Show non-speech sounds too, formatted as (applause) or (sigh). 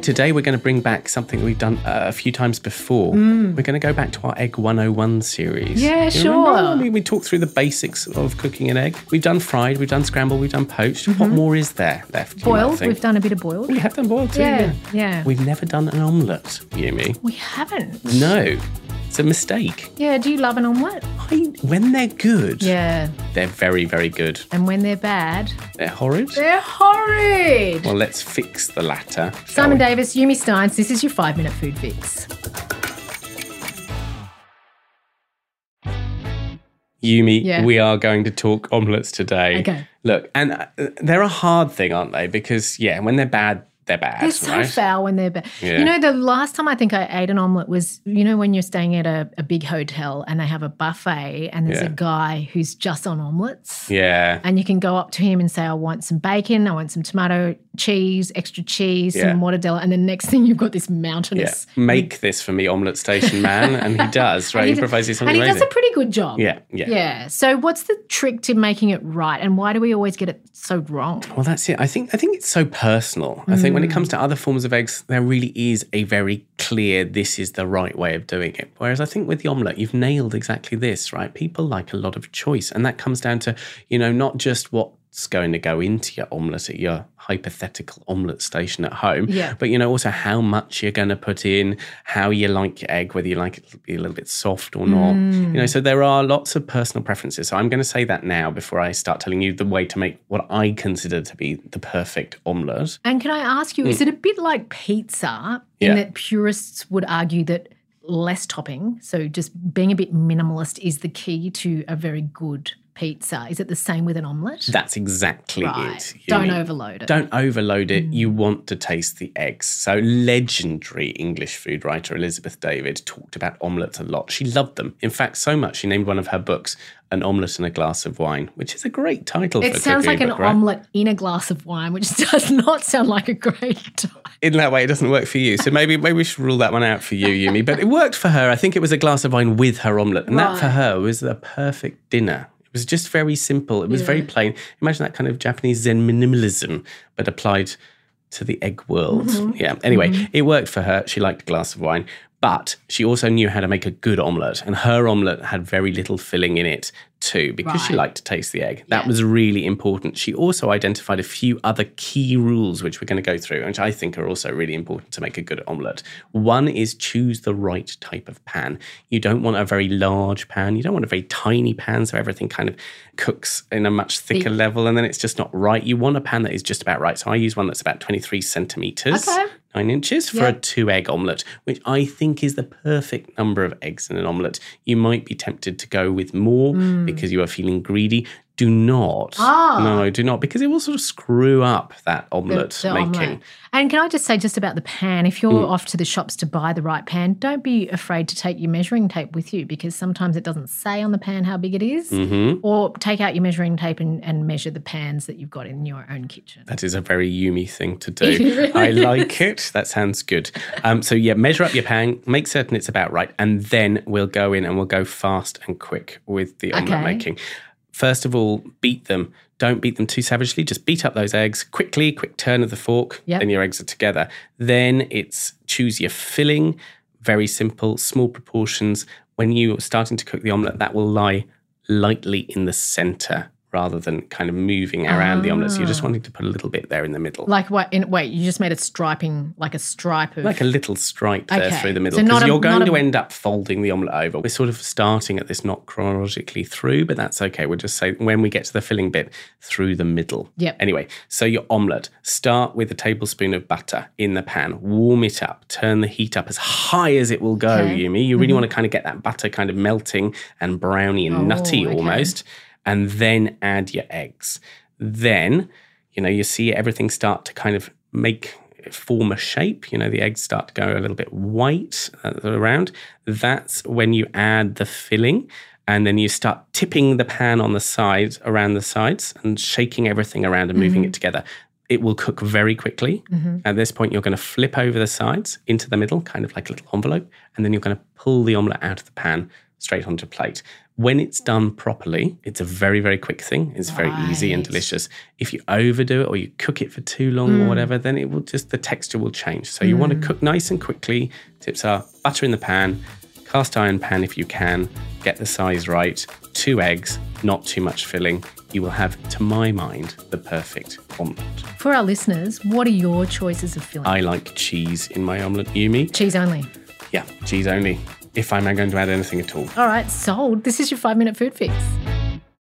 Today, we're going to bring back something we've done uh, a few times before. We're going to go back to our Egg 101 series. Mm. Yeah, Do you remember? sure. I mean, we talked through the basics of cooking an egg. We've done fried, we've done scrambled, we've done poached. What more is there left? you might Mm-hmm. Boiled. think? We've done a bit of boiled. We have done boiled too. Yeah, Yeah. yeah. We've never done an omelette, Yumi. We haven't. No, it's a mistake. Yeah, do you love an omelette? I, when they're good, Yeah. they're very, very good. And when they're bad, They're horrid. they're horrid. Well, let's fix the latter. shall Simon we? Davis, Yumi Steins, this is your five minute food fix. Yumi, Yeah. we are going to talk omelettes today. Okay. Look, and uh, they're a hard thing, aren't they? Because, yeah, when they're bad, they're bad. They're so right? foul when they're bad. Yeah. You know, the last time I think I ate an omelette was, you know, when you're staying at a, a big hotel and they have a buffet and there's Yeah. a guy who's just on omelettes. Yeah. And you can go up to him and say, I want some bacon, I want some tomato, cheese, extra cheese, Yeah. some mortadella. And the next thing you've got this Yeah. mountainous. Make this for me, omelette station man. And (laughs) he does, right? And He, d- provides you something And he amazing. does a pretty good job. yeah, yeah. Yeah. So what's the trick to making it right? And why do we always get it so wrong? Well, that's it. I think I think it's so personal. I think when it comes to other forms of eggs, there really is a very clear this is the right way of doing it. Whereas I think with the omelette, you've nailed exactly this, right? People like a lot of choice, and that comes down to you know not just what's going to go into your omelette at your hypothetical omelette station at home, Yeah. but you know also how much you're going to put in, how you like your egg, whether you like it to be a little bit soft or not. You know, so there are lots of personal preferences. So I'm going to say that now before I start telling you the way to make what I consider to be the perfect omelette. And can I ask you, is it a bit like pizza Hmm. Yeah. in that purists would argue that less topping, so just being a bit minimalist, is the key to a very good pizza? Is it the same with an omelette? That's exactly it. right. You Don't Mm. mean- overload it. Don't overload it. You want to taste the eggs. So, legendary English food writer Elizabeth David talked about omelettes a lot. She loved them. In fact, so much she named one of her books "An Omelette and a Glass of Wine," which is a great title. for it a sounds cooking like an book, right? omelette in a glass of wine, which (laughs) does not sound like a great (laughs) time. in that way, it doesn't work for you. So maybe maybe we should rule that one out for you, Yumi. But it worked for her. I think it was a glass of wine with her omelette, and that for her was the perfect dinner. It was just very simple. It was very plain. Imagine that kind of Japanese Zen minimalism, but applied to the egg world. Yeah. Anyway, it worked for her. She liked a glass of wine, but she also knew how to make a good omelette, and her omelette had very little filling in it too, because she Right. liked to taste the egg. That Yeah. was was really important. She also identified a few other key rules, which we're going to go through, which I think are also really important to make a good omelette. One is choose the right type of pan. You don't want a very large pan. You don't want a very tiny pan, so everything kind of cooks in a much thicker level, and then it's just not right. You want a pan that is just about right. So I use one that's about 23 centimeters. Okay. Nine inches for a Yeah. two egg omelette, which I think is the perfect number of eggs in an omelette. You might be tempted to go with more because you are feeling greedy. Do not. Hmm. Ah. No, do not, because it will sort of screw up that omelette the making. Mm. omelette. And can I just say just about the pan? If you're off to the shops to buy the right pan, don't be afraid to take your measuring tape with you because sometimes it doesn't say on the pan how big it is. Mm. Mm-hmm. Or take out your measuring tape and, and measure the pans that you've got in your own kitchen. That is a very Yumi thing to (laughs) do. I like it. That sounds good. Um, so yeah, measure up your pan, make certain it's about right, and then we'll go in and we'll go fast and quick with the omelette Okay. making. First of all, beat them. Don't beat them too savagely. Just beat up those eggs quickly. Quick turn of the fork. Yep. Then your eggs are together. Then it's choose your filling. Very simple, small proportions. When you're starting to cook the omelette, that will lie lightly in the center rather than kind of moving around the omelette. So you're just wanting to put a little bit there in the middle. Like what? In, wait, you just made a striping, like a stripe of. Like a little stripe there Okay. through the middle. So Because not a- you're going not a- to end up folding the omelette over. We're sort of starting at this not chronologically through, but that's okay. We'll just say when we get to the filling bit, through the middle. Yep. Anyway, so your omelette, start with a tablespoon of butter in the pan, warm it up, turn the heat up as high as it will go, Okay. Mm-hmm. Yumi. You really want to kind of get that butter kind of melting and browny and nutty okay. almost. And then add your eggs. Then you know, you see everything start to kind of make form a shape. You know, the eggs start to go a little bit white uh, around. That's when you add the filling, and then you start tipping the pan on the sides around the sides and shaking everything around and moving it together. It will cook very quickly. At this point, you're going to flip over the sides into the middle, kind of like a little envelope, and then you're going to pull the omelette out of the pan. straight onto plate. When it's done properly, it's a very, very quick thing. It's very easy and Right. delicious. If you overdo it or you cook it for too long or whatever, then it will just, the texture will change. So you want to cook nice and quickly. Tips are butter in the pan, cast iron pan if you can, get the size right, two eggs, not too much filling. You will have, to my mind, the perfect omelette. For our listeners, what are your choices of filling? I like cheese in my omelette, Yumi. Cheese only. Yeah, cheese only. If I'm going to add anything at all. All right, sold. This is your five minute food fix.